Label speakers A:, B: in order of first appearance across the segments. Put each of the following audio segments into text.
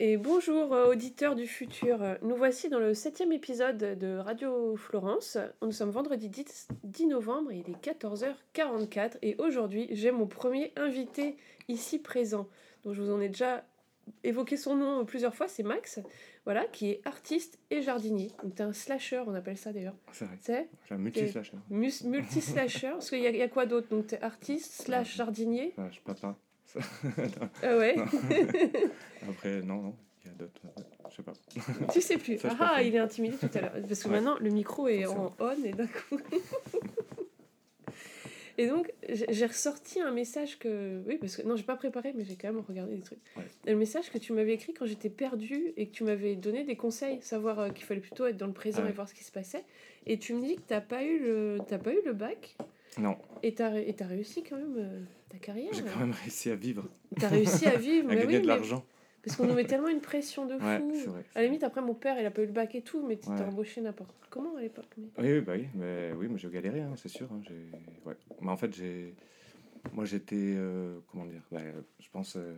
A: Et bonjour euh, auditeurs du futur. Nous voici dans le septième épisode de Radio Florence. Nous sommes vendredi 10, 10 novembre, il est 14h44 et aujourd'hui j'ai mon premier invité ici présent. Donc je vous en ai déjà évoqué son nom plusieurs fois, c'est Max, voilà, qui est artiste et jardinier. Donc t'es un slasher, on appelle ça d'ailleurs.
B: C'est vrai,
A: C'est
B: j'ai un multi-slash. hein.
A: mus- multi-slasher, parce qu'il y, a- il y a quoi d'autre Donc t'es artiste slash jardinier.
B: Ah, je papa.
A: Ah ouais,
B: Après, non, non, il y a d'autres. euh, Je sais pas.
A: tu sais plus.
B: Ça, je
A: ah,
B: préfère.
A: il est intimidé tout à l'heure. Parce que
B: Ouais.
A: maintenant, le micro est en
B: Forcément.
A: on et d'un coup. et donc, j'ai j'ai ressorti un message que. Oui, parce que. Non, j'ai pas préparé, mais j'ai quand même regardé des trucs.
B: Ouais.
A: Le message que tu m'avais écrit quand j'étais perdue et que tu m'avais donné des conseils, savoir euh, qu'il fallait plutôt être dans le présent
B: Ah ouais.
A: et voir ce qui se passait. Et tu me dis que t'as pas, eu le... t'as pas eu le bac
B: Non,
A: et t'as ré- et t'as réussi quand même euh, ta carrière.
B: j'ai quand même réussi à vivre,
A: T'as réussi à vivre,
B: à
A: mais
B: gagner
A: oui, mais-
B: de l'argent.
A: parce qu'on nous met tellement une pression de fou.
B: Ouais, c'est vrai.
A: À la limite, après, mon père, il a pas eu le bac et tout, mais t'étais
B: Ouais.
A: embauché n'importe comment à l'époque. mais-
B: Oui, oui, bah oui, mais, oui, mais j'ai galéré, hein, c'est sûr. hein, j'ai... Ouais. Mais en fait, j'ai... moi j'étais, euh, comment dire, bah, euh, je pense, euh,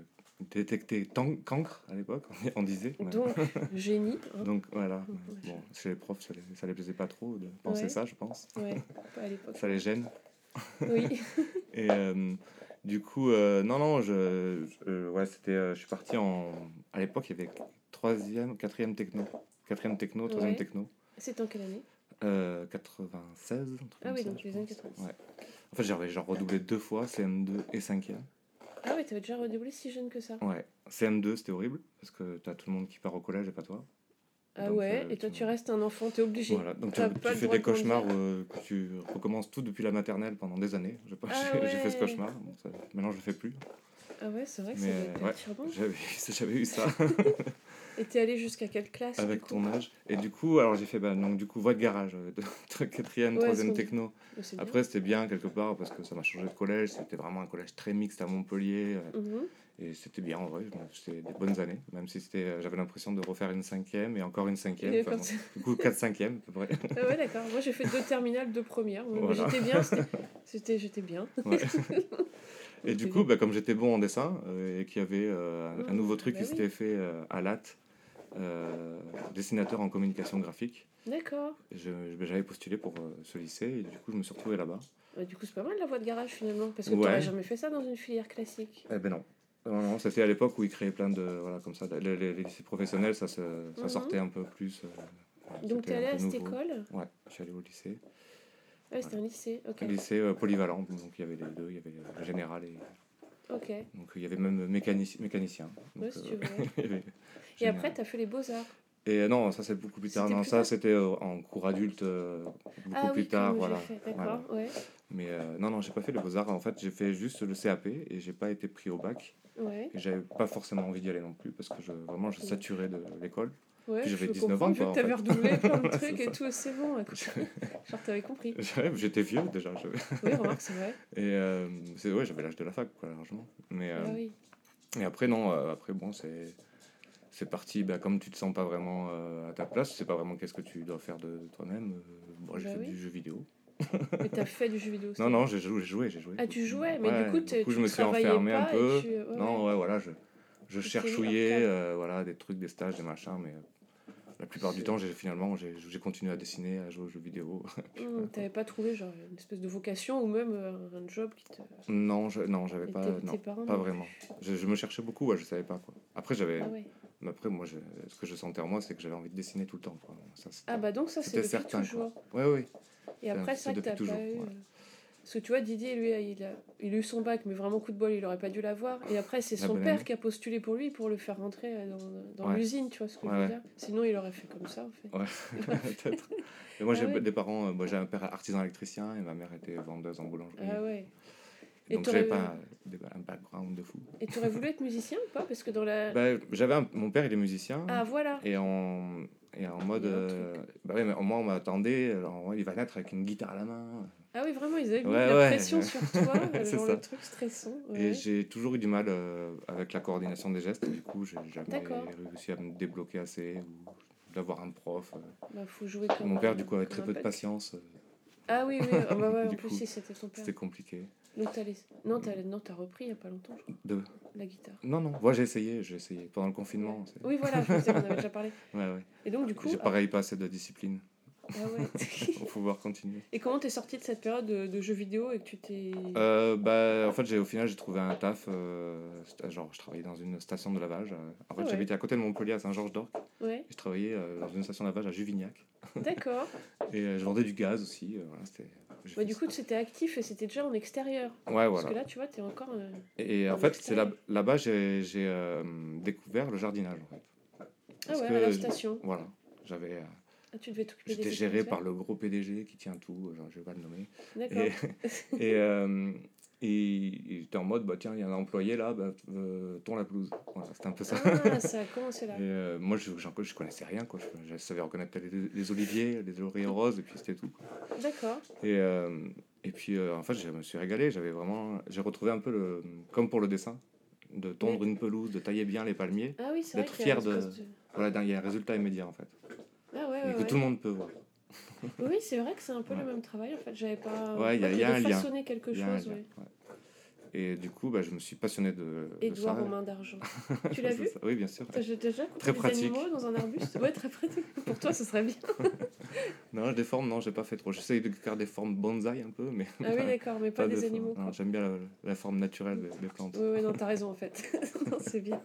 B: détecté tan- cancre à l'époque, on disait. mais-
A: Donc, génie. hein.
B: Donc, voilà.
A: Donc,
B: mais
A: ouais.
B: Bon, chez les profs, ça les, ça les plaisait pas trop de penser
A: Ouais.
B: ça, je pense.
A: Ouais, pas à l'époque.
B: Ça les gêne.
A: Oui,
B: Et euh, du coup, euh, non, non, je, je- ouais, c'était, euh, je suis parti en. À l'époque, il y avait troisième, quatrième techno. Quatrième techno, troisième
A: Ouais.
B: techno.
A: c'est en quelle année
B: Euh, 96. un truc
A: Ah
B: comme
A: oui,
B: ça,
A: donc
B: je
A: les années
B: pense.
A: 90.
B: Ouais. En fait, j'avais genre redoublé deux fois, CM2 et 5e.
A: Ah ouais, t'avais déjà redoublé si jeune que ça.
B: Ouais. CM2, c'était horrible, parce que t'as tout le monde qui part au collège et pas toi.
A: Ah
B: Donc,
A: ouais,
B: euh,
A: et toi,
B: tu-
A: tu restes un enfant, t'es obligé.
B: Voilà. Donc, tu,
A: T'as pas
B: tu
A: le
B: fais
A: droit
B: des
A: de conduire.
B: cauchemars euh, que tu recommences tout depuis la maternelle pendant des années. Je sais pas,
A: Ah
B: j'ai j'ai fait ce
A: ouais.
B: cauchemar. Bon, ça- maintenant, je le fais plus.
A: Ah ouais, c'est vrai que
B: Mais,
A: ça doit être
B: ouais.
A: perturbant.
B: J'avais j'avais eu ça.
A: Et t'es allé jusqu'à quelle classe du
B: avec
A: coup
B: ton âge. Et du coup, alors j'ai fait bah, donc, du coup voix de garage, euh, de- de quatrième,
A: Ouais,
B: troisième
A: c'est-
B: techno.
A: Oh, c'est bien.
B: Après, c'était bien quelque part parce que ça m'a changé de collège. C'était vraiment un collège très mixte à Montpellier euh,
A: Mhm.
B: et c'était bien en vrai. je m'en- C'était des bonnes années, même si c'était, euh, j'avais l'impression de refaire une cinquième et encore une cinquième.
A: Et
B: enfin,
A: comme
B: bon,
A: ça-
B: du coup, quatre cinquièmes à peu près.
A: Ah ouais, d'accord. Moi, j'ai fait deux terminales, deux premières. Mais
B: Voilà.
A: J'étais bien, c'était- c'était... J'étais bien.
B: Ouais. Et du coup, bah, comme j'étais bon en dessin euh, et qu'il y avait euh, un- un nouveau truc
A: Bah
B: qui
A: oui.
B: s'était fait euh, à LAT, euh, dessinateur en communication graphique,
A: D'accord.
B: je- j'avais postulé pour euh, ce lycée et du coup, je me suis retrouvé là-bas.
A: Ouais, Bah, du coup, c'est pas mal la voie de garage finalement, parce que
B: Ouais.
A: t'aurais jamais fait ça dans une filière classique.
B: Eh ben non. Non, non, c'était à l'époque où ils créaient plein de. Voilà, comme ça. Les, les- les lycées professionnels, ça, se- ça
A: Mhm.
B: sortait un peu plus. euh, voilà,
A: Donc
B: c'était
A: t'es allé
B: un peu
A: à cette
B: nouveau.
A: école
B: Ouais, je suis allé au lycée.
A: Ah, ouais, c'était un lycée, ok.
B: Un lycée euh, polyvalent, donc il y avait les deux, il y avait euh, le général et.
A: Ok,
B: Donc il y avait même euh, mécanici- mécanicien. Donc,
A: ouais, si tu
B: euh,
A: veux.
B: il y avait
A: Et
B: général.
A: après, t'as fait les beaux-arts.
B: Et euh, non, ça c'est beaucoup plus tard.
A: C'était
B: Non,
A: plus
B: ça
A: tard.
B: c'était euh, en cours adulte, euh, beaucoup
A: ah
B: plus
A: oui,
B: tard,
A: comme
B: voilà.
A: j'ai fait,
B: Voilà.
A: d'accord, ouais.
B: Mais euh, non, non, j'ai pas fait les beaux-arts. En fait, j'ai fait juste le CAP et j'ai pas été pris au bac.
A: Ouais,
B: Et j'avais pas forcément envie d'y aller non plus parce que je, vraiment je saturais de l'école.
A: ouais.
B: Puis
A: je
B: j'avais
A: peux
B: 19 ans,
A: comprendre,
B: quoi,
A: vu
B: en
A: que t'avais
B: fait.
A: redoublé plein de
B: C'est
A: trucs
B: ça.
A: et tout, c'est bon. écoute. Genre, t'avais compris.
B: J'avais- J'étais vieux déjà. je-
A: Oui, remarque, c'est vrai.
B: Et euh, c'est ouais, j'avais l'âge de la fac, quoi, largement. Mais euh,
A: Ah oui.
B: et après non, euh, après bon, c'est c'est parti. Bah, comme tu te sens pas vraiment euh, à ta place, c'est pas vraiment qu'est-ce que tu dois faire de, de toi-même. euh, bon, j'ai
A: Bah
B: fait
A: oui.
B: du jeu vidéo.
A: Mais t'as fait du jeu vidéo. c'est
B: Non
A: vrai.
B: non, j'ai joué, j'ai joué, j'ai joué.
A: Ah, tu jouais, mais
B: Ouais,
A: du coup, t'es- tu
B: je me suis
A: travaillais
B: enfermé
A: pas
B: un
A: et
B: peu.
A: tu- ouais, ouais.
B: Non ouais, voilà, je je
A: t'es mis
B: cherchouillais,
A: hors
B: euh, voilà, des trucs, des stages, des machins, mais euh, la plupart du
A: C'est-
B: temps, j'ai finalement j'ai j'ai continué à dessiner, à jouer aux jeux vidéo.
A: Hum, T'avais pas trouvé genre une espèce de vocation ou même euh, un job qui te.
B: non, je, non, j'avais
A: Et
B: pas,
A: tes-
B: non,
A: tes parents non
B: pas vraiment. Je, je me cherchais beaucoup, ouais, je savais pas quoi. Après j'avais
A: Ah ouais.
B: Mais Après, moi, je- ce que je sentais en moi, c'est que j'avais envie de dessiner tout le temps. Quoi. Ça, c'était-
A: Ah bah donc ça c'est
B: C'était
A: depuis
B: certain, quoi.
A: toujours.
B: Ouais, ouais.
A: Et après
B: c'est
A: ça que
B: depuis
A: t'as
B: toujours,
A: pas eu.
B: ouais.
A: euh, Parce que tu vois Didier lui il a, il a eu son bac mais vraiment coup de bol il aurait pas dû l'avoir. Et après c'est
B: La
A: son
B: bonne
A: père
B: année.
A: qui a postulé pour lui pour le faire rentrer euh, dans, dans
B: Ah, bah, Ouais.
A: l'usine tu vois ce que je
B: Ouais,
A: veux
B: ouais.
A: dire. Sinon il aurait fait comme ça en fait.
B: Peut-être. Et moi,
A: Ah
B: j'ai
A: ouais.
B: des parents. euh, Moi, j'ai un père artisan électricien et ma mère était vendeuse en boulangerie.
A: Ah ouais.
B: Et
A: Et
B: donc,
A: t'aurais-
B: j'avais pas des- un background de fou.
A: Et t'aurais voulu être musicien ou pas parce que dans la
B: Bah, euh, j'avais un- Mon père, il est musicien.
A: ah voilà.
B: Et en, et en mode.
A: Il y a un
B: euh, Bah ouais, mais moi, on m'attendait. alors, Il va naître avec une guitare à la main.
A: Ah oui vraiment ils avaient mis
B: Ouais,
A: de la
B: ouais.
A: pression sur toi euh,
B: C'est
A: genre
B: ça.
A: le truc stressant. ouais.
B: Et j'ai toujours eu du mal euh, avec la coordination des gestes. Du coup, j'ai jamais
A: D'accord.
B: réussi à me débloquer assez ou d'avoir un prof. euh,
A: Bah, faut jouer comme
B: Mon père,
A: un-
B: du coup, avait
A: comme
B: très
A: un
B: peu de
A: bête.
B: patience. euh,
A: Ah oui oui ah bah ouais, en
B: Du
A: plus
B: coup,
A: si c'était ton père.
B: C'était compliqué.
A: Donc t'as laissé- Non, t'as non, t'as repris il n'y a pas longtemps, je crois,
B: De...
A: la guitare.
B: Non, non, moi j'ai essayé, j'ai essayé pendant le confinement. c'est-
A: Oui, voilà, je sais, on avait déjà parlé.
B: Ouais, ouais.
A: Et donc, du coup.
B: J'ai
A: ah-
B: pareil pas assez de discipline
A: ah ouais.
B: pour pouvoir continuer.
A: et comment t'es sorti de cette période de, de jeux vidéo et que tu t'es.
B: Euh, bah, en fait, j'ai, au final, j'ai trouvé un taf. euh, st- genre, je travaillais dans une station de lavage. euh, En fait,
A: Ouais.
B: j'habitais à côté de Montpellier, à Saint-Georges-d'Orc.
A: Ouais,
B: Je travaillais euh, dans une station de lavage à Juvignac.
A: d'accord.
B: Et euh, je vendais du gaz aussi. euh, voilà, c'était, j'ai
A: Ouais,
B: fait
A: du coup, c'était actif et c'était déjà en extérieur.
B: ça. ouais,
A: Parce
B: voilà.
A: que là, tu vois, t'es encore. euh,
B: Et euh, en
A: en
B: fait, c'est là,
A: extérieur.
B: là-bas, j'ai, j'ai euh, découvert le jardinage. en fait.
A: Ah
B: Parce
A: ouais,
B: que
A: à la
B: je-
A: station.
B: Voilà. J'avais, euh,
A: Ah, tu devais t'occuper des
B: j'étais géré
A: équipements.
B: par le gros PDG qui tient tout, euh, genre, je vais pas le nommer.
A: D'accord.
B: Et, et, euh, et- et j'étais en mode, bah, tiens, il y a un employé là, bah, euh, tond la pelouse. Voilà, c'était un peu ça.
A: Ah, ça a commencé là.
B: Et euh, moi, je, j'en- je connaissais rien, quoi. Je, je savais reconnaître les, les oliviers, les lauriers roses, et puis c'était tout. quoi.
A: D'accord.
B: Et, euh, et puis, euh, en fait, je me suis régalé. J'avais vraiment... J'ai retrouvé un peu, le, comme pour le dessin, de tondre une pelouse, de tailler bien les palmiers.
A: Ah oui, c'est vrai
B: D'être
A: qu'il y a
B: fier
A: une
B: de-
A: espèce de...
B: Voilà, d'un- il y a un résultat immédiat, en fait.
A: Ah ouais,
B: et
A: ouais,
B: que
A: ouais.
B: tout le monde peut voir.
A: Oui, c'est vrai que c'est un peu
B: Ouais.
A: le même travail en fait. J'avais pas.
B: Ouais, il y a-
A: pas
B: il y a
A: de
B: un lien.
A: façonner quelque
B: Il y a un
A: chose,
B: lien,
A: ouais.
B: ouais. Et du coup, bah, je me suis passionné de, de
A: Édouard
B: ça.
A: aux mains d'argent. Tu l'as
B: C'est
A: vu
B: ça. Oui, bien sûr.
A: T'as j'ai déjà coupé
B: Très
A: des
B: pratique.
A: animaux dans un arbuste Ouais, très pratique. Pour toi, ce serait bien.
B: Non, des formes, non, j'ai pas fait trop. J'essaye de faire des formes bonsaï un peu, mais
A: Ah oui, d'accord, mais pas,
B: pas de
A: des
B: formes.
A: animaux.
B: Non,
A: Quoi.
B: J'aime bien la, la forme naturelle des, des plantes.
A: Ouais, ouais, non, t'as raison en fait. Non, c'est bien.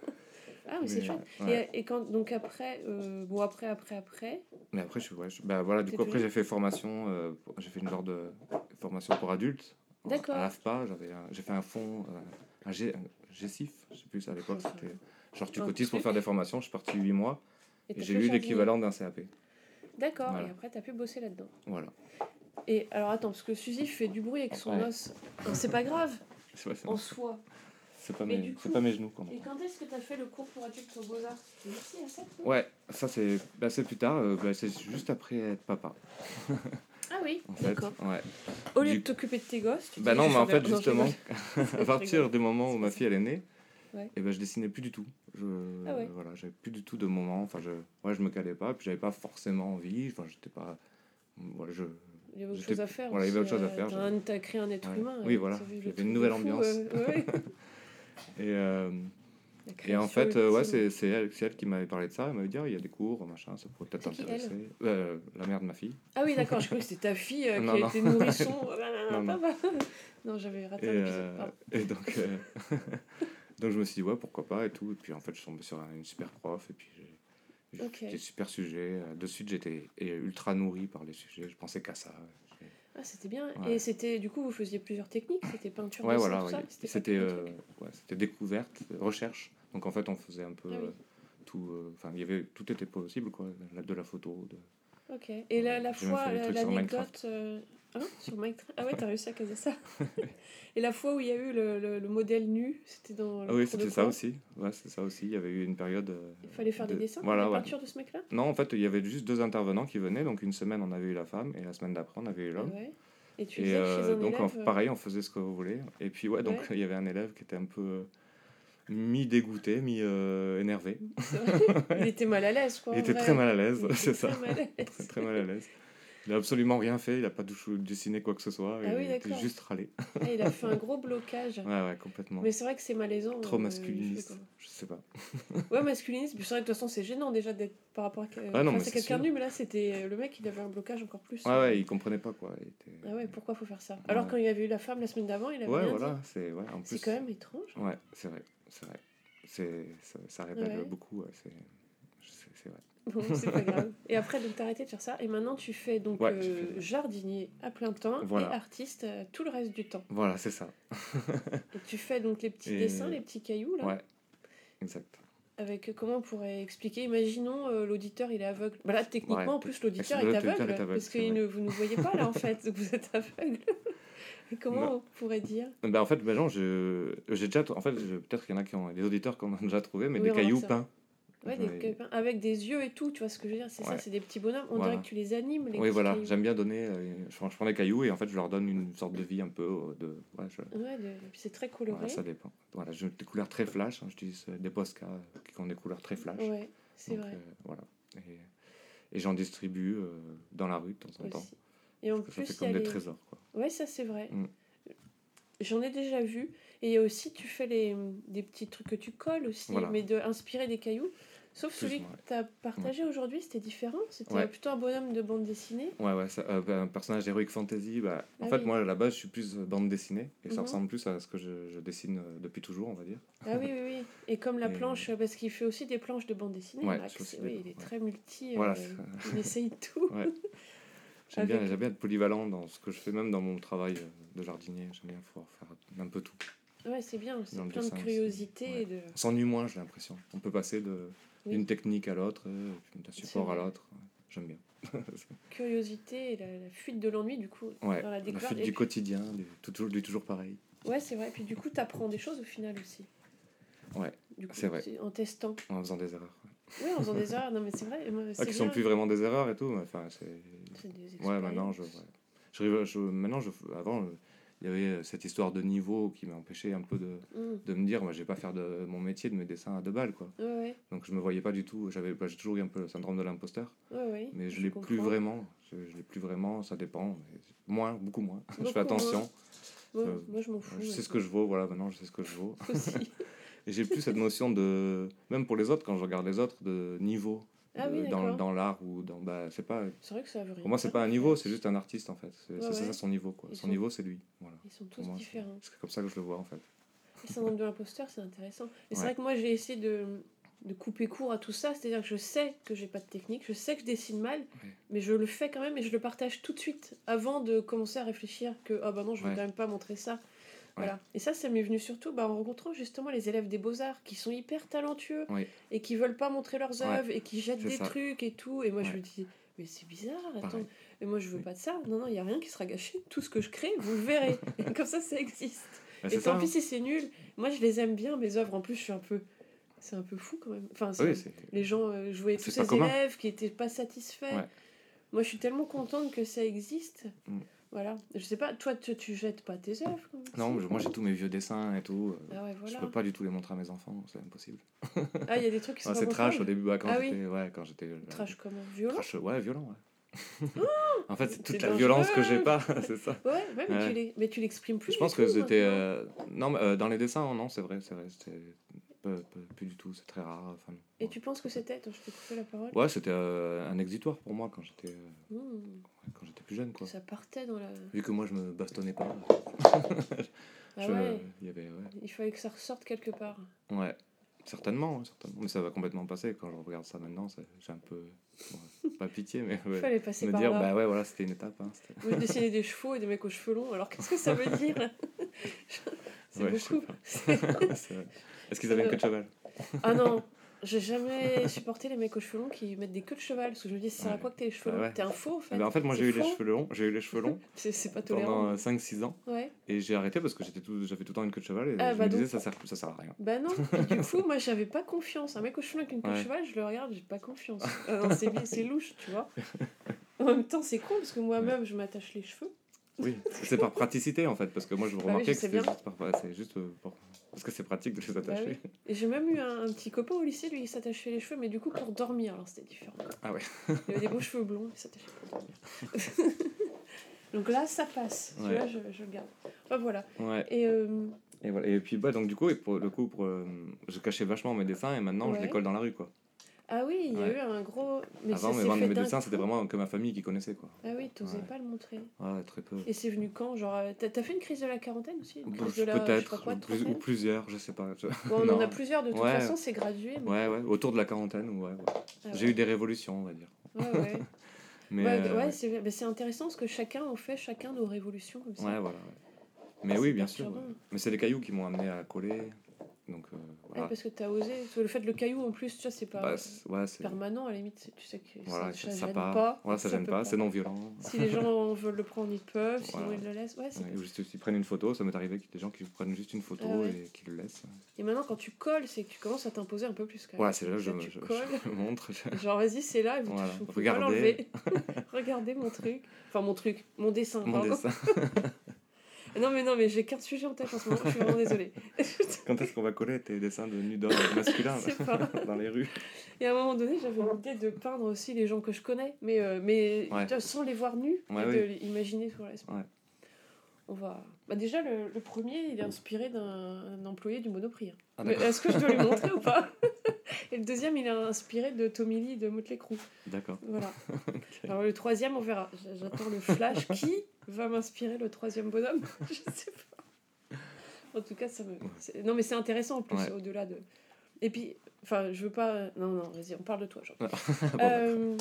A: Ah, mais c'est
B: Mais,
A: chouette.
B: ouais.
A: Et, et quand, donc après, euh, bon, après, après, après.
B: Mais après, je, ouais, je- bah, voilà, du
A: T'es
B: coup, après,
A: toujours-
B: j'ai fait formation, euh, pour- j'ai fait une genre de formation pour adultes. en-
A: D'accord.
B: À l'AFPA, j'avais un- j'ai fait un fonds, euh, un, G, un GCIF, je sais plus, à l'époque,
A: Oh, ça
B: c'était. Genre, tu
A: Un
B: cotises pour
A: truc.
B: faire des formations, je suis parti 8 mois, et
A: t'as
B: j'ai
A: fait
B: eu
A: jardinier.
B: l'équivalent d'un CAP.
A: D'accord,
B: Voilà.
A: et après, t'as pu bosser là-dedans.
B: Voilà.
A: Et alors, attends, parce que Suzy fait du bruit avec son
B: Ouais.
A: os. Ah, C'est pas grave,
B: C'est pas,
A: en soi.
B: c'est pas,
A: mais
B: mes,
A: du
B: c'est
A: coup-
B: pas mes genoux, quand même.
A: Et quand est-ce que t'as fait le cours pour adultes aux Beaux-Arts C'est ici, à Sète, non
B: Ouais, ça, c'est bah, c'est plus tard, euh, bah, c'est juste après être papa,
A: Ah oui,
B: en fait.
A: d'accord.
B: Ouais.
A: Au lieu
B: Du-
A: de t'occuper de tes gosses, tu
B: Bah
A: dis,
B: non,
A: je
B: mais en
A: vais-
B: fait,
A: non, je
B: justement,
A: rigole.
B: à partir du moment où
A: C'est
B: ma
A: pas
B: fille elle est née,
A: Ouais.
B: et ben je dessinais plus du tout. Je
A: Ah ouais.
B: voilà, j'avais plus du tout de moment. Enfin, je ouais, je me calais pas. Puis j'avais pas forcément envie. Enfin, j'étais pas voilà, je
A: Il y avait autre
B: J'étais-
A: chose à faire.
B: voilà, il y avait
A: aussi,
B: autre chose à
A: euh,
B: faire,
A: t'as
B: j'avais-
A: un- T'as créé un être
B: Ouais.
A: humain.
B: Oui,
A: euh,
B: voilà,
A: t'as vu le
B: j'avais une
A: truc de
B: nouvelle
A: fou,
B: ambiance.
A: euh, ouais,
B: et euh,
A: la
B: et en
A: création
B: fait euh, ouais,
A: ultime.
B: c'est c'est elle, c'est elle qui m'avait parlé de ça. Elle m'avait dit Ah, il y a des cours, machin, ça pourrait peut-être
A: C'est qui,
B: t'intéresser. Euh, la mère de ma fille.
A: Ah oui, d'accord, je croyais que c'était ta fille euh, qui
B: Non,
A: a
B: non.
A: été nourrisson. Ah, bah, bah,
B: Non, non.
A: bah, bah. Non, j'avais raté
B: Et,
A: un
B: euh,
A: épisode. pardon.
B: et donc euh, donc je me suis dit ouais pourquoi pas et tout. Et puis en fait je suis tombé sur une super prof et puis j'ai- j'ai
A: Ok.
B: des super sujets. Euh, De suite j'étais et ultra nourri par les sujets. Je pensais qu'à ça.
A: Ah, c'était bien.
B: ouais.
A: Et c'était, du coup, vous faisiez plusieurs techniques. C'était peinture,
B: Ouais,
A: dessin,
B: voilà,
A: tout ça.
B: ouais.
A: pas
B: c'était
A: que le
B: euh,
A: truc.
B: ouais, c'était découverte, recherche. Donc en fait, on faisait un peu
A: Ah oui.
B: euh, tout. euh, Enfin, il y avait tout était possible, quoi. la- De la photo. de-
A: Ok. Et la, la
B: J'ai même
A: fois,
B: fait des
A: la-
B: trucs sur
A: l'anecdote.
B: Minecraft.
A: euh, hein, sur Minecraft. Ah ouais, t'as réussi à caser ça. Et la fois où il y a eu le, le- le modèle nu, c'était dans. le
B: Ah oui,
A: cours de
B: c'était ça
A: quoi
B: aussi. Ouais, c'était ça aussi. Il y avait eu une période. euh,
A: Il fallait faire des
B: de-
A: dessins,
B: Voilà,
A: des
B: ouais.
A: peintures de ce mec-là.
B: Non, en fait, il y avait juste deux intervenants qui venaient. Donc une semaine, on avait eu la femme, et la semaine d'après, on avait eu
A: Ah
B: l'homme.
A: ouais. Et tu
B: Et
A: faisais
B: euh,
A: chez un
B: donc, en-
A: élève, euh,
B: pareil, on faisait ce que vous voulez. Et puis, ouais, donc,
A: Ouais.
B: il y avait un élève qui était un peu euh, mi-dégoûté, mi-énervé.
A: c'est vrai. il était mal à l'aise, quoi. en
B: il était
A: vrai.
B: très mal à l'aise,
A: Il était
B: c'est ça.
A: très mal à l'aise.
B: très mal à l'aise. Il a absolument rien fait, il a pas touché- dessiné quoi que ce soit,
A: Ah oui,
B: il était
A: d'accord.
B: juste râlé.
A: Ah, il a fait un gros blocage.
B: Ouais, ouais, complètement.
A: Mais c'est vrai que c'est malaisant.
B: Trop
A: euh,
B: masculiniste,
A: je sais
B: je sais pas.
A: pas. Ouais, masculiniste. Puis c'est vrai que de toute façon, c'est gênant déjà d'être par rapport à, que-
B: Ah non, mais
A: face à
B: c'est
A: quelqu'un
B: sûr.
A: nu. Mais là, c'était euh, le mec, il avait un blocage encore plus.
B: Ouais, ouais, il comprenait pas quoi. il était-
A: Ah ouais, pourquoi faut faire ça Alors
B: Ouais.
A: quand il y avait eu la femme la semaine d'avant, il avait
B: Ouais,
A: rien dit.
B: voilà, c'est ouais, en
A: C'est
B: plus.
A: quand même étrange.
B: Ouais, c'est vrai, c'est vrai. C'est ça, ça révèle
A: Ouais.
B: beaucoup, ouais, c'est je sais- c'est vrai.
A: Bon, c'est pas grave. Et après, donc, t'as arrêté de faire ça. Et maintenant, tu fais donc
B: Ouais,
A: euh,
B: j'ai fait-
A: jardinier à plein temps
B: Voilà.
A: et artiste euh, tout le reste du temps.
B: Voilà, c'est ça.
A: Et tu fais donc les petits
B: Et-
A: dessins, les petits cailloux, là.
B: Ouais. Exact.
A: Avec euh, comment on pourrait expliquer Imaginons euh, l'auditeur, il est aveugle. Bah là, techniquement,
B: Ouais,
A: en plus, l'auditeur
B: c'est-
A: est,
B: l'auditeur est
A: aveugle.
B: aveugle,
A: Parce
B: c'est
A: que
B: vrai.
A: ne, vous ne voyez pas, là, en fait. Donc vous êtes aveugle. Et comment
B: Non.
A: on pourrait dire
B: Ben, en fait, ben, genre, je j'ai déjà en fait, je- peut-être qu'il y en a qui ont des auditeurs qu'on a déjà trouvé mais
A: Oui,
B: des
A: remarque,
B: cailloux
A: c'est vrai.
B: peints.
A: Ouais,
B: J'en
A: des
B: ai-
A: copains avec des yeux et tout, tu vois ce que je veux dire C'est ça,
B: Ouais.
A: c'est des petits bonhommes. On
B: Voilà.
A: dirait que tu les animes, les
B: Oui,
A: petits
B: voilà,
A: cailloux.
B: j'aime bien donner euh, je, prends- je prends des cailloux et en fait, je leur donne une sorte de vie un peu euh, de ouais, je-
A: Ouais, de- puis c'est très coloré.
B: Voilà, ça dépend. Voilà, j'ai des couleurs très flash. hein, J'utilise euh, des Posca euh, qui ont des couleurs très flash.
A: Ouais, c'est
B: Donc,
A: vrai.
B: euh, voilà. Et, et j'en distribue euh, dans la rue de temps en temps.
A: aussi. Et en
B: Parce que ça
A: plus, il
B: fait
A: y a
B: comme des
A: les-
B: trésors. Quoi.
A: Ouais, ça c'est vrai.
B: Mm.
A: J'en ai déjà vu. Et il y a aussi, tu fais les, des petits trucs que tu colles aussi,
B: Voilà.
A: mais de inspirer des cailloux. Sauf
B: Plus,
A: celui
B: ouais.
A: que tu as partagé aujourd'hui, c'était différent. C'était
B: Ouais.
A: plutôt un bonhomme de bande dessinée.
B: Ouais, ouais, ça- euh, bah, un personnage d'Heroic Fantasy. Bah, en
A: Ah
B: fait,
A: oui.
B: moi, à la base, je suis plus euh, bande dessinée. Et ça
A: Mhm.
B: ressemble plus à ce que je, je dessine euh, depuis toujours, on va dire.
A: Ah oui, oui, oui. Et comme la
B: Et-
A: planche, parce qu'il fait aussi des planches de bande dessinée,
B: Ouais,
A: Max.
B: je fais aussi
A: Oui,
B: des-
A: il est
B: ouais.
A: très multi. euh,
B: Voilà, c'est-
A: il essaye tout.
B: J'aime bien,
A: Avec-
B: j'aime bien être polyvalent dans ce que je fais, même dans mon travail euh, de jardinier. J'aime bien pouvoir faire un peu tout.
A: Ouais, c'est bien. C'est
B: Dans
A: plein
B: le
A: de
B: dessin aussi.
A: curiosité.
B: Ouais.
A: et de...
B: On s'ennuie moins, j'ai l'impression. On peut passer de-
A: Oui.
B: d'une technique à l'autre, euh, puis d'un support à
A: vrai.
B: l'autre. Ouais, J'aime bien.
A: curiosité et la, la fuite de l'ennui du coup
B: Ouais,
A: dans la
B: la
A: découverte.
B: fuite
A: Et
B: du
A: puis-
B: quotidien, du, tout- tout- du toujours pareil.
A: ouais, c'est vrai. Puis du coup, tu apprends des choses au final aussi.
B: Ouais,
A: Du coup,
B: c'est vrai.
A: En testant.
B: En faisant des erreurs. ouais.
A: Oui, en faisant des erreurs. Non, mais c'est vrai. moi,
B: Ah,
A: c'est
B: qui sont
A: bien.
B: plus vraiment des erreurs et tout, mais enfin, c'est.
A: C'est des
B: Ouais, maintenant, je, ouais.
A: expériences.
B: je, rigole- je- maintenant, je, avant, euh, il y avait euh, cette histoire de niveau qui m'empêchait un peu de,
A: Mm.
B: de me dire, moi, je vais pas faire de mon métier de mes dessins à deux balles, quoi.
A: Ouais, ouais,
B: Donc, je me voyais pas du tout. J'avais, bah, j'ai toujours eu un peu le syndrome de l'imposteur,
A: ouais, ouais.
B: mais je, l'ai plus
A: comprends.
B: vraiment. Je, je l'ai plus vraiment. Ça dépend. mais Moins, beaucoup moins. je
A: Beaucoup
B: fais attention.
A: Moi,
B: euh,
A: moi, je m'en fous.
B: Je sais ce que je vaux. Voilà, maintenant, je sais ce que je vaux.
A: je aussi.
B: Et j'ai plus cette notion de, même pour les autres, quand je regarde les autres, de niveau
A: Ah
B: de-
A: oui,
B: dans,
A: d'accord.
B: dans l'art ou dans, bah, c'est pas.
A: C'est vrai que ça veut rien.
B: Pour moi, c'est
A: dire.
B: pas un niveau, c'est juste un artiste en fait. C'est
A: Ouais,
B: c'est- c'est
A: ouais.
B: ça son niveau quoi.
A: Ils
B: Son
A: sont-
B: niveau, c'est lui. Voilà.
A: Ils sont tous
B: Pour moi, c'est-
A: différents.
B: C'est comme ça que je le vois en fait.
A: Le syndrome de l'imposteur, c'est intéressant. Et c'est
B: Ouais.
A: vrai que moi, j'ai essayé de, de couper court à tout ça. C'est-à-dire que je sais que j'ai pas de technique, je sais que je dessine mal, mais je le fais quand même et je le partage tout de suite avant de commencer à réfléchir que ah bah non, je vais
B: Ouais.
A: quand même pas montrer ça. Voilà. Et ça, ça m'est venu surtout bah, en rencontrant justement les élèves des beaux-arts qui sont hyper talentueux
B: Oui.
A: et qui veulent pas montrer leurs
B: Ouais.
A: œuvres et qui jettent
B: C'est
A: des
B: ça.
A: trucs et tout. Et moi, je
B: Ouais.
A: me dis, mais c'est bizarre, attends.
B: Pareil.
A: Et moi, je veux
B: Oui.
A: pas de ça. Non, non, il y a rien qui sera gâché. Tout ce que je crée, vous le verrez. Et Comme ça, ça existe.
B: Bah,
A: Et
B: c'est ça.
A: tant
B: hein.
A: pis si c'est nul. Moi, je les aime bien, mes œuvres. En plus, je suis un peu. C'est un peu fou quand même. Enfin, c'est-
B: Oui, c'est
A: les gens, euh, je voyais tous
B: C'est pas
A: ces
B: commun.
A: élèves qui étaient pas satisfaits.
B: Ouais.
A: Moi, je suis tellement contente que ça existe.
B: Mm.
A: Voilà. Je sais pas, toi, tu, tu jettes pas tes œuvres quand même,
B: Non,
A: si
B: mais moi j'ai tous mes vieux dessins et tout. euh,
A: Ah ouais,
B: Je
A: voilà.
B: peux pas du tout les montrer à mes enfants, c'est impossible.
A: Ah, il y a des trucs qui sont
B: Ouais, c'est
A: pas
B: trash au
A: montables.
B: début, bah, quand
A: Ah oui.
B: j'étais. Ouais, quand j'étais. euh,
A: Trash comment Violent Oh
B: trash, ouais, violent, ouais. en fait, c'est
A: C'est
B: toute la violence que j'ai
A: dangereux.
B: pas, c'est ça.
A: Ouais, ouais, mais,
B: Ouais.
A: Tu les... mais tu l'exprimes plus.
B: Je
A: du
B: pense que
A: tout,
B: c'était.
A: maintenant.
B: euh, Non, mais euh, dans les dessins, non, c'est vrai, c'est vrai. C'était peu- peu- plus du tout, c'est très rare. enfin, non.
A: hein. Et tu penses que c'était. Attends, je t'ai coupé la parole.
B: Ouais, c'était euh, un exitoire pour moi quand j'étais euh,
A: Mm.
B: ouais, quand j'étais plus jeune, quoi.
A: Ça partait dans la.
B: Vu que moi je me bastonnais pas.
A: Ah
B: je-
A: ouais.
B: il y avait, ouais.
A: Il fallait que ça ressorte quelque part.
B: Ouais, certainement, ouais, certainement. Mais ça va complètement passer. Quand je regarde ça maintenant, ça- j'ai un peu. ouais, pas pitié, mais.
A: Il
B: ouais,
A: fallait passer
B: me
A: par
B: dire,
A: là.
B: bah ouais, voilà, c'était une étape. hein, c'était-
A: Moi, je dessinais des chevaux et des mecs aux cheveux longs, alors qu'est-ce que ça veut dire C'est
B: Ouais, je sais
A: beaucoup. C'est-
B: c'est vrai. Est-ce qu'ils avaient une queue de cheval
A: Ah non, j'ai jamais supporté les mecs aux cheveux longs qui mettent des queues de cheval, parce que je me dis, ça sert à
B: Ouais.
A: quoi que t'aies les cheveux
B: Bah
A: longs
B: ouais.
A: T'es un faux, en fait.
B: Eh ben, En fait, moi
A: C'est
B: j'ai eu, les
A: faux.
B: cheveux longs, j'ai eu les cheveux longs
A: C'est, c'est pas tolérant.
B: pendant 5-6 ans
A: Ouais.
B: et j'ai arrêté parce que j'étais tout- j'avais tout, le temps une queue de cheval et
A: Ah,
B: je
A: bah
B: me
A: donc.
B: disais, ça sert, ça sert à rien.
A: Bah non, et du coup, moi j'avais pas confiance. Un mec aux cheveux longs avec une queue de
B: Ouais.
A: cheval, je le regarde, j'ai pas confiance. Ah non, c'est, c'est louche, tu vois. En même temps, c'est con, parce que moi-même, je m'attache les cheveux.
B: Oui, c'est par praticité en fait, parce que moi je
A: Bah oui,
B: remarquais
A: je
B: que
A: sais
B: c'était
A: bien.
B: juste, par- c'est juste euh, pour- parce que c'est pratique de les
A: Bah
B: attacher.
A: oui. Et j'ai même eu un, un petit copain au lycée, lui, il s'attachait les cheveux, mais du coup pour dormir, alors c'était différent.
B: Ah ouais.
A: Il avait des beaux cheveux blonds, il s'attachait pour dormir. donc là, ça passe.
B: Ouais.
A: Celui-là, je, je le garde. Enfin, voilà.
B: Ouais.
A: Et euh,
B: Et, voilà. et puis, bah, donc, du coup, et pour, le coup pour, euh, je cachais vachement mes dessins et maintenant
A: Ouais.
B: je les colle dans la rue. Quoi.
A: ah oui, il y a
B: Ouais.
A: eu un gros. Mais
B: Avant,
A: ça
B: mes,
A: s'est
B: ventes-
A: fait
B: mes
A: d'un
B: dessins,
A: coup.
B: c'était vraiment que ma famille qui connaissait. Quoi.
A: Ah oui, t'osais
B: Ouais.
A: pas le montrer.
B: Ouais, très peu.
A: Et c'est venu quand Genre, euh, t'as t'as fait une crise de la quarantaine aussi Une
B: Bon,
A: crise de la. je sais pas
B: Peut-être,
A: quoi,
B: ou, plus- ou
A: trentaine
B: plusieurs, je sais pas. je-
A: Bon, on en
B: Non.
A: a plusieurs de toute
B: Ouais.
A: façon, c'est gradué. mais-
B: Ouais, ouais, autour de la quarantaine, ouais. ouais.
A: Ah
B: J'ai
A: ouais.
B: eu des révolutions, on va dire.
A: Ouais, ouais.
B: Mais,
A: Ouais,
B: euh,
A: ouais,
B: ouais.
A: c'est mais c'est intéressant parce que chacun en fait chacun nos révolutions comme ça.
B: Ouais, voilà. ouais. Mais
A: C'est
B: oui, bien sûr.
A: perturbant.
B: ouais. Mais c'est les cailloux qui m'ont amené à coller. Donc, euh,
A: Ouais,
B: voilà.
A: Ah, parce que t'as osé. Parce que le fait de le caillou en plus, tu vois, c'est pas
B: Bah, c'est- ouais, c'est-
A: permanent à la limite. c'est- Tu sais que
B: voilà,
A: ça,
B: ça,
A: ça
B: ça
A: gêne
B: part.
A: pas.
B: Voilà, ça, gêne
A: peut
B: pas, c'est non violent.
A: Si les gens veulent le prendre, ils peuvent. Sinon,
B: Voilà.
A: ils le laissent. Ouais, c'est
B: Ouais,
A: pas-
B: ou juste ils prennent une photo, ça m'est arrivé qu'il y ait des gens qui prennent juste une photo
A: Ah ouais.
B: et qui le laissent.
A: Et maintenant, quand tu colles, c'est que tu commences à t'imposer un peu plus. Quand même.
B: Voilà, c'est là, je,
A: Là,
B: je,
A: tu
B: je
A: colles.
B: montre. je-
A: Genre, vas-y, c'est là. et Vous,
B: Voilà,
A: vous pouvez pas
B: regardez.
A: l'enlever. regardez mon truc. Enfin, mon truc. Mon dessin.
B: Mon
A: pardon.
B: dessin.
A: Non, mais non, mais j'ai qu'un sujet en tête en ce moment. Je suis vraiment désolée.
B: Quand est-ce qu'on va coller tes dessins de nus d'hommes masculins
A: C'est pas.
B: dans les rues
A: Et à un moment donné, j'avais l'idée de peindre aussi les gens que je connais, mais, euh, mais
B: Ouais.
A: tu vois, sans les voir nus,
B: Ouais,
A: et
B: oui.
A: de l'imaginer sur l'espace.
B: Ouais.
A: On va... Bah déjà, le, le premier, il est inspiré d'un un employé du Monoprix. hein.
B: Ah,
A: Mais
B: d'accord.
A: Est-ce que je dois lui montrer ou pas Et le deuxième, il est inspiré de Tommy Lee de Motley Crue.
B: D'accord.
A: Voilà. Alors le troisième, on verra. J- J'attends le flash. Qui va m'inspirer le troisième bonhomme Je sais pas. En tout cas, ça me. c'est- Non, mais c'est intéressant en plus,
B: Ouais.
A: au-delà de. Et puis, enfin, je veux pas. euh, Non, non, vas-y, on parle de toi, Jean.
B: Ah, Bon,
A: Euh,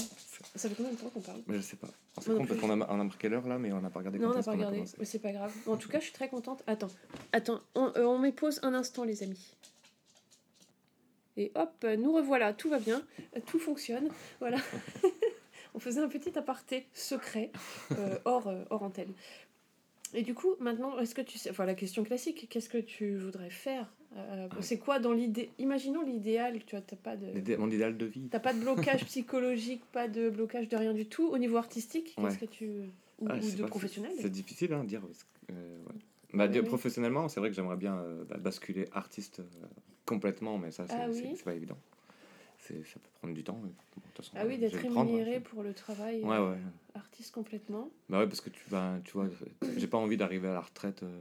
A: ça fait combien de temps qu'on parle
B: Mais je sais pas. On s'est
A: Moi non
B: con parce
A: plus.
B: qu'on a, on a marqué l'heure là, mais on n'a pas regardé
A: Non,
B: quand
A: on n'a
B: est-ce
A: pas
B: qu'on a
A: regardé,
B: commencé.
A: mais c'est pas grave. En tout cas, je suis très contente. Attends, attends, on, euh, on met pause un instant, les amis. Et hop, euh, nous revoilà, tout va bien, euh, tout fonctionne, voilà. on faisait un petit aparté secret, euh, hors, euh, hors antenne. Et du coup, maintenant, est-ce que tu sais... Enfin, la question classique, qu'est-ce que tu voudrais faire Euh,
B: Ah oui.
A: C'est quoi dans l'idée... Imaginons l'idéal, tu vois, t'as pas de...
B: L'idée- Mon idéal de vie.
A: T'as pas de blocage psychologique, pas de blocage de rien du tout. Au niveau artistique, qu'est-ce que tu... Ou,
B: Ah,
A: ou
B: je sais
A: de
B: pas,
A: professionnel
B: C'est difficile hein, de dire. parce que, euh, ouais. Bah, de-
A: oui.
B: Professionnellement, c'est vrai que j'aimerais bien euh, bah, basculer artiste euh, complètement, mais ça, c'est
A: Ah oui.
B: c'est- c'est pas évident. C'est- Ça peut prendre du temps. mais bon, de toute façon,
A: Ah oui,
B: je
A: d'être
B: vais le prendre,
A: rémunéré
B: hein,
A: pour le travail
B: je- Ouais,
A: euh,
B: ouais.
A: artiste complètement.
B: Bah ouais, parce que tu, vas tu vois, j'ai pas envie d'arriver à la retraite euh,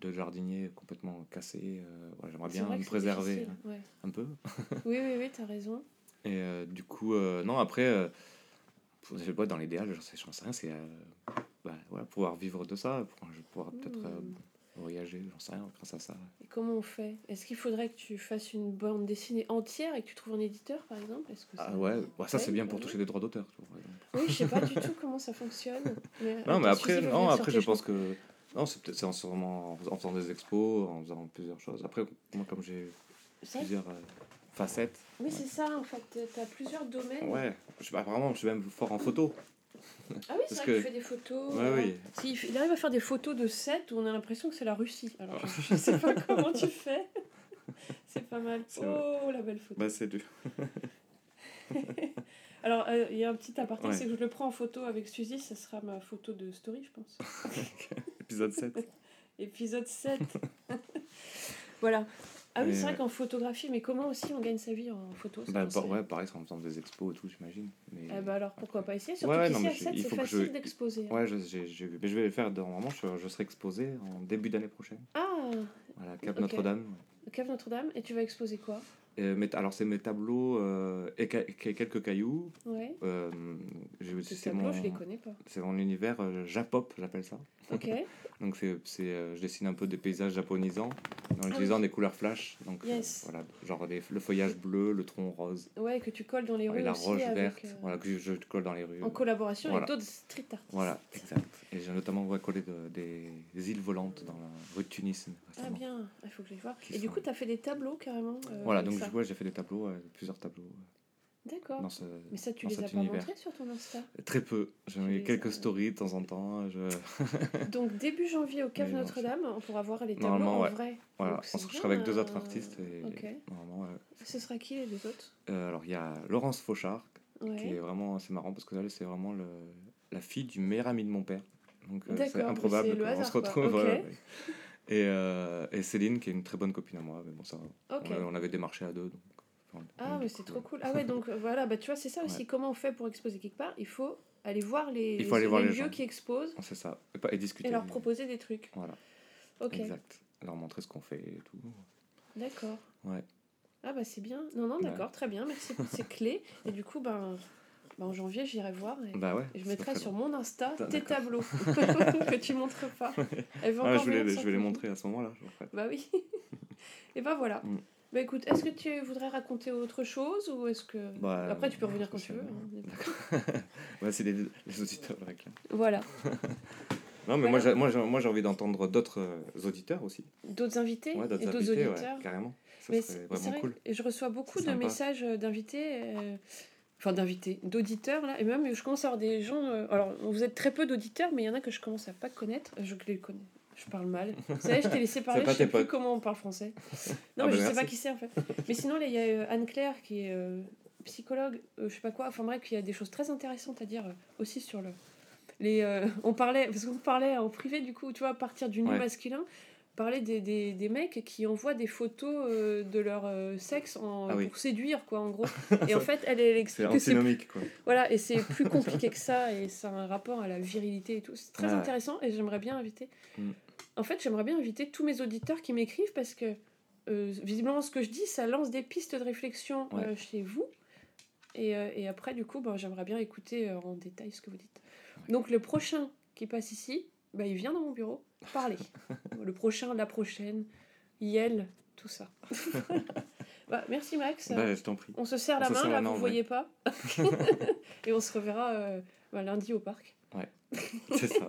B: de jardinier complètement cassé. euh, voilà, j'aimerais
A: C'est
B: bien
A: vrai
B: me
A: que c'est
B: préserver
A: difficile, ouais.
B: hein, un peu.
A: Oui, oui, oui, t'as raison.
B: Et euh, du coup, euh, non, après, euh, je sais pas, dans l'idéal, je sais, j'en sais rien, c'est euh, bah, voilà, pouvoir vivre de ça, pour, je vais pouvoir peut-être euh,
A: Hmm.
B: voyager, j'en sais rien, grâce à ça.
A: Et comment on fait Est-ce qu'il faudrait que tu fasses une bande dessinée entière et que tu trouves un éditeur, par exemple Est-ce que
B: Ah ouais, ouais, ça c'est
A: paye,
B: bien
A: par
B: pour toucher
A: exemple
B: des droits d'auteur. tu vois, par exemple.
A: Oui, je sais pas du tout comment ça fonctionne. Mais
B: Non, mais
A: attends, Suzy veut
B: après, non,
A: venir sur
B: après
A: tes
B: je pense que. Non, c'est peut-être c'est en, sûrement en faisant- en faisant des expos, en faisant plusieurs choses. Après, moi, comme j'ai
A: choses. C'est vrai
B: plusieurs euh, facettes,
A: Oui, c'est ça, en fait. T'as plusieurs domaines.
B: ouais, je suis pas vraiment, je suis même fort en photo.
A: Ah oui, c'est vrai
B: Parce
A: que tu
B: que-
A: fais des photos.
B: Ouais,
A: voilà.
B: oui.
A: Si, il fait- il arrive à faire des photos de sets où on a l'impression que c'est la Russie. Alors, je, je sais pas comment tu fais. C'est pas mal.
B: C'est
A: Oh, la belle photo.
B: Bah, c'est du.
A: Alors, euh, il y a un petit aparté,
B: Ouais.
A: c'est que je le prends en photo avec Suzy, ça sera ma photo de story, je pense.
B: Épisode 7.
A: Épisode 7. voilà. Ah oui,
B: Et
A: c'est vrai
B: ouais.
A: qu'en photographie, mais comment aussi on gagne sa vie en photo ça,
B: Bah,
A: on
B: par-
A: sait.
B: ouais, pareil, c'est bah, en faisant des expos et tout, j'imagine. Mais...
A: Eh ben alors, pourquoi pas essayer Surtout
B: Ouais, ouais, non,
A: qu'ici,
B: mais
A: à
B: je-
A: 7,
B: il
A: c'est
B: faut que
A: facile
B: je-
A: d'exposer. hein.
B: Ouais, je, j'ai- j'ai vu. Mais je vais le faire dans- normalement, je, je serai exposé en début d'année prochaine,
A: Ah,
B: à la Cave
A: Ok.
B: Notre-Dame.
A: Cave Notre-Dame, et tu vas exposer quoi
B: Euh, mes- alors, c'est mes tableaux euh, et ca- ca- quelques cailloux.
A: Ouais.
B: Euh, j'ai-
A: Ces
B: c'est
A: tableaux,
B: mon,
A: je les connais pas.
B: c'est mon univers euh, japop, j'appelle ça.
A: Ok.
B: Donc, c'est, c'est, euh, je dessine un peu des paysages japonisants
A: Ah
B: en
A: oui.
B: utilisant des couleurs flash. Donc, euh,
A: Yes.
B: voilà, genre les- le feuillage bleu, le tronc rose,
A: Ouais, que tu colles dans les rues.
B: et la
A: aussi
B: roche
A: avec,
B: verte,
A: euh,
B: voilà, que je, je colle dans les rues.
A: En collaboration
B: Voilà.
A: avec d'autres street artistes. Ah,
B: Voilà, exact. Et j'ai notamment ouais, collé de- des, des îles volantes dans la rue de Tunis.
A: Ah
B: récemment.
A: bien, il faut que je les vois.
B: Qui
A: Et du
B: sont-
A: coup, tu as fait des tableaux carrément euh,
B: Voilà,
A: avec
B: donc
A: ça. Oh.
B: je- ouais, j'ai fait des tableaux, euh, plusieurs tableaux euh,
A: D'accord.
B: dans ce...
A: Mais ça, tu
B: dans
A: les as
B: cet
A: pas
B: univers.
A: montrés sur ton Insta.
B: Très peu.
A: Tu
B: J'ai mis
A: les as-
B: quelques stories de temps en temps. euh, Je...
A: Donc, début janvier au Cave
B: Mais non,
A: Notre-Dame, on pourra voir les tableaux
B: Normalement,
A: en
B: ouais.
A: vrai.
B: Voilà,
A: Donc,
B: on
A: c'est
B: se
A: bien,
B: couchera avec deux
A: euh,
B: autres artistes. Et
A: ok.
B: normalement, ouais.
A: Ce sera qui les deux autres
B: Euh, alors, il y a Laurence Fauchard, qui est
A: Ouais.
B: vraiment... C'est marrant parce que elle, c'est vraiment le... la fille du meilleur ami de mon père. Donc, euh, c'est
A: D'accord, mais c'est
B: improbable
A: le
B: qu'on
A: hasard,
B: se
A: quoi.
B: retrouve.
A: Ok.
B: voilà. Et, euh, et Céline, qui est une très bonne copine à moi. Mais bon, ça,
A: Ok.
B: on, on avait démarché à deux. Donc... enfin,
A: Ah, mais
B: du coup,
A: c'est
B: ouais.
A: trop cool. Ah ouais, donc euh, voilà, bah tu vois, c'est ça aussi.
B: Ouais.
A: Comment on fait pour exposer quelque part Il faut aller voir les,
B: Il faut aller voir les
A: lieux
B: gens.
A: qui exposent
B: C'est ça. Et, pas- et discuter.
A: et leur proposer des trucs.
B: Voilà,
A: Ok,
B: exact. Leur montrer ce qu'on fait et tout.
A: d'accord.
B: Ouais.
A: Ah bah c'est bien. Non, non,
B: Ouais.
A: d'accord, très bien. Merci pour ces clés. Et du coup, ben, ben, en janvier, j'irai voir. Et...
B: Bah ouais.
A: Et je
B: c'est pas
A: mettrai
B: très
A: sur
B: long.
A: mon Insta
B: Ah,
A: tes
B: d'accord.
A: tableaux que tu montres pas. Elle va
B: Ah,
A: encore
B: je, vais
A: venir
B: les, je
A: sur
B: vais les
A: ton-
B: montrer à ce moment-là. je le ferai.
A: Bah oui. Et ben voilà.
B: Mm.
A: Bah écoute, est-ce que tu voudrais raconter autre chose ou est-ce que
B: Bah,
A: après tu peux revenir quand
B: parce
A: tu
B: que
A: veux
B: c'est-
A: hein, on est-
B: Ouais, c'est les, les auditeurs le réclament.
A: Voilà.
B: Non,
A: Voilà.
B: mais moi, j'ai- moi, j'ai- moi, j'ai envie d'entendre d'autres euh, auditeurs aussi.
A: D'autres invités
B: Ouais,
A: et
B: d'autres
A: d'autres
B: invités, ouais,
A: auditeurs.
B: carrément. Ça
A: Mais
B: serait
A: c'est c'est
B: vraiment
A: vrai.
B: cool.
A: Et je reçois beaucoup
B: C'est
A: de
B: sympa.
A: messages euh, d'invités. euh, Enfin, d'invités, d'auditeurs, là. Et même, je commence à avoir des gens. euh, alors, vous êtes très peu d'auditeurs, mais il y en a que je commence à pas connaître. Je les connais. Je parle mal. Vous savez, je t'ai laissé parler,
B: pas
A: je sais
B: tes
A: plus
B: potes.
A: comment on parle français. Non, mais
B: Ah bah
A: je sais
B: merci.
A: pas qui c'est, en fait. Mais sinon, là, il y a euh, Anne-Claire qui est euh, psychologue, euh, je sais pas quoi. Enfin, bref, il y a des choses très intéressantes à dire euh, aussi sur le. Les, euh, on parlait, parce qu'on parlait en privé, du coup, tu vois, à partir du nu
B: Ouais.
A: masculin, parler des, des, des mecs qui envoient des photos euh, de leur euh, sexe en,
B: Ah oui.
A: pour séduire, quoi, en gros. Et en fait, elle, elle
B: C'est
A: explique que c'est
B: antinomique, quoi.
A: voilà, et c'est plus compliqué que ça, et ça a un rapport à la virilité et tout. C'est très
B: Ah ouais.
A: intéressant, et j'aimerais bien inviter.
B: Mm.
A: En fait, j'aimerais bien inviter tous mes auditeurs qui m'écrivent parce que, euh, visiblement, ce que je dis, ça lance des pistes de réflexion
B: Ouais.
A: euh, chez vous. Et, euh, et après, du coup, ben, j'aimerais bien écouter euh, en détail ce que vous dites. Donc, le prochain qui passe ici, ben, il vient dans mon bureau parler. le prochain, la prochaine, Yel, tout ça. Bah, merci, Max.
B: Bah, je t'en prie.
A: On se serre
B: On
A: la
B: se
A: main,
B: serre
A: là,
B: la main,
A: vous
B: ouais.
A: voyez pas. et on se reverra euh, bah, lundi au parc.
B: C'est ça.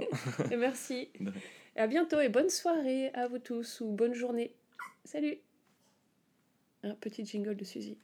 A: Et merci.
B: De
A: Et à bientôt et bonne soirée à vous tous ou bonne journée. Salut. Un petit jingle de Suzy.